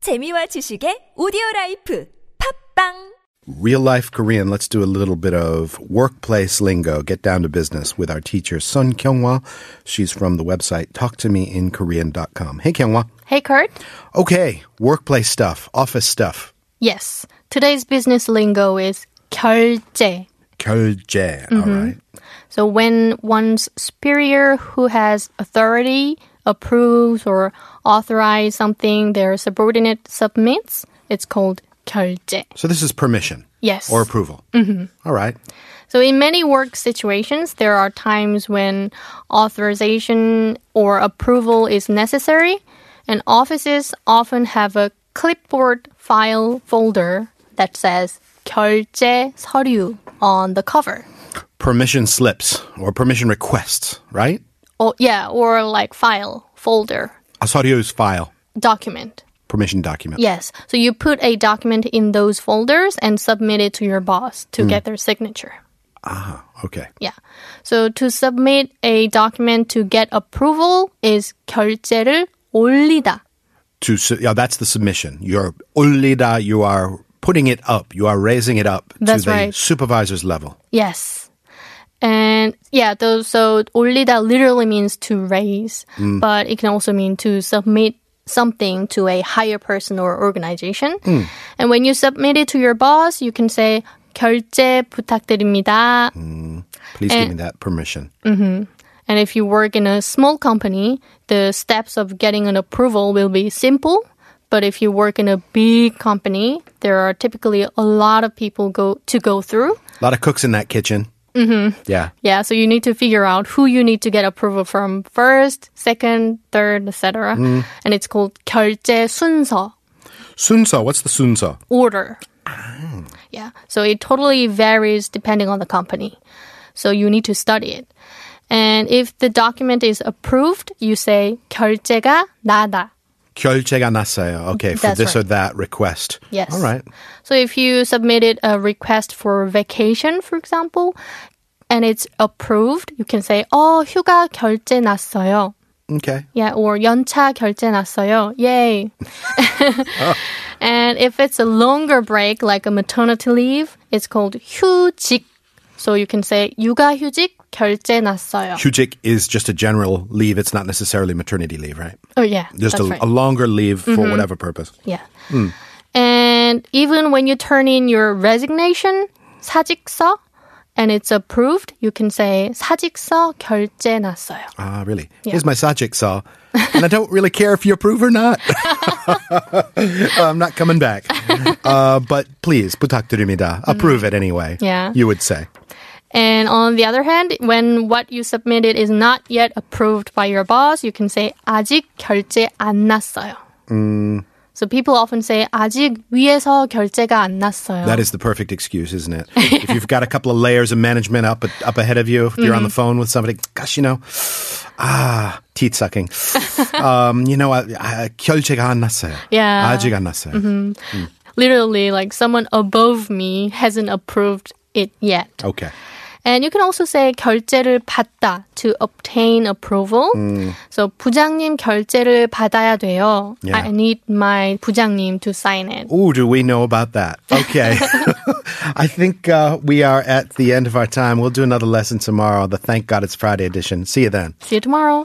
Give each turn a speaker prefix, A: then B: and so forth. A: 재미와 지식의 오디오 라이프 팝빵
B: Real life Korean, let's do a little bit of workplace lingo, get down to business with our teacher, Sun Kyunghwa. She's from the website talktomeinkorean.com. Hey, Kyunghwa.
C: Hey, Kurt.
B: Okay, workplace stuff, office stuff.
C: Yes, today's business lingo is 결제.
B: 결제, all right.
C: So when one's superior who has authority approves or authorizes something their subordinate submits, it's called 결제.
B: So this is permission
C: Yes.
B: or approval. Mm-hmm. right.
C: So, in many work situations, there are times when authorization or approval is necessary, and offices often have a clipboard file folder that says 결제 서류 on the cover.
B: Permission slips or permission requests, right?
C: Or yeah, or like file folder
B: Asaryu's file,
C: document.
B: permission document.
C: Yes. So you put a document in those folders and submit it to your boss to get their signature.
B: Okay.
C: Yeah. So to submit a document to get approval is 결제를 올리다.
B: To su- yeah, that's the submission. You're 올리다, you are putting it up, you are raising it up
C: That's
B: to the
C: right.
B: supervisor's level.
C: Yes. And yeah, those, so 올리다 literally means to raise, but it can also mean to submit something to a higher person or organization. And when you submit it to your boss, you can say 결제 부탁드립니다.
B: Please give me that permission.
C: And if you work in a small company, the steps of getting an approval will be simple. But if you work in a big company, there are typically a lot of people go to go through.
B: A lot of cooks in that kitchen. Mm-hmm. Yeah.
C: Yeah, so you need to figure out who you need to get approval from first, second, third, etc. And it's called 결제 순서
B: Sunso, what's the sunso?
C: order. Yeah, so it totally varies depending on the company. So you need to study it. And if the document is approved, you say 결제가 나다.
B: 결제가 났어요. Okay, for
C: That's
B: this or
C: right.
B: that request.
C: Yes.
B: All right.
C: So if you submitted a request for vacation, for example, and it's approved, you can say, "Oh, 휴가 결제 났어요."
B: Okay.
C: Yeah, or 연차 결제 났어요. Yay. And if it's a longer break, like a maternity leave, it's called 휴직. So you can say 육아 휴직 결제 났어요.
B: Hujik is just a general leave. It's not necessarily maternity leave, right?
C: oh yeah,
B: Just
C: that's
B: a,
C: right. Mm-hmm.
B: a longer leave for whatever purpose.
C: Yeah. And even when you turn in your resignation, 사직서, and it's approved, you can say 사직서 결제 났어요.
B: Ah, really? Here's my sajik saw. And I don't really care if you approve or not. I'm not coming back. Uh, but please, 부탁드립니다. Approve it anyway.
C: Mm. Yeah.
B: You would say.
C: And on the other hand, when what you submitted is not yet approved by your boss, you can say 아직 결제 안 났어요. So people often say 아직 위에서 결제가 안 났어요.
B: That is the perfect excuse, isn't it? If you've got a couple of layers of management up up ahead of you, if you're on the
C: Mm-hmm.
B: phone with somebody, gosh, you know, ah, teeth sucking. um, you know, I, I, 결제가 안 났어요.
C: Yeah. Mm-hmm.
B: 아직 안 났어요.
C: Literally, like someone above me hasn't approved it yet.
B: Okay.
C: And you can also say 결제를 받다 to obtain approval. So 부장님 결제를 받아야 돼요.
B: Yeah. Oh.
C: I need my 부장님 to sign it.
B: Ooh, do we know about that? Okay. I think uh, we are at the end of our time. We'll do another lesson tomorrow, the Thank God It's Friday edition. See you then.
C: See you tomorrow.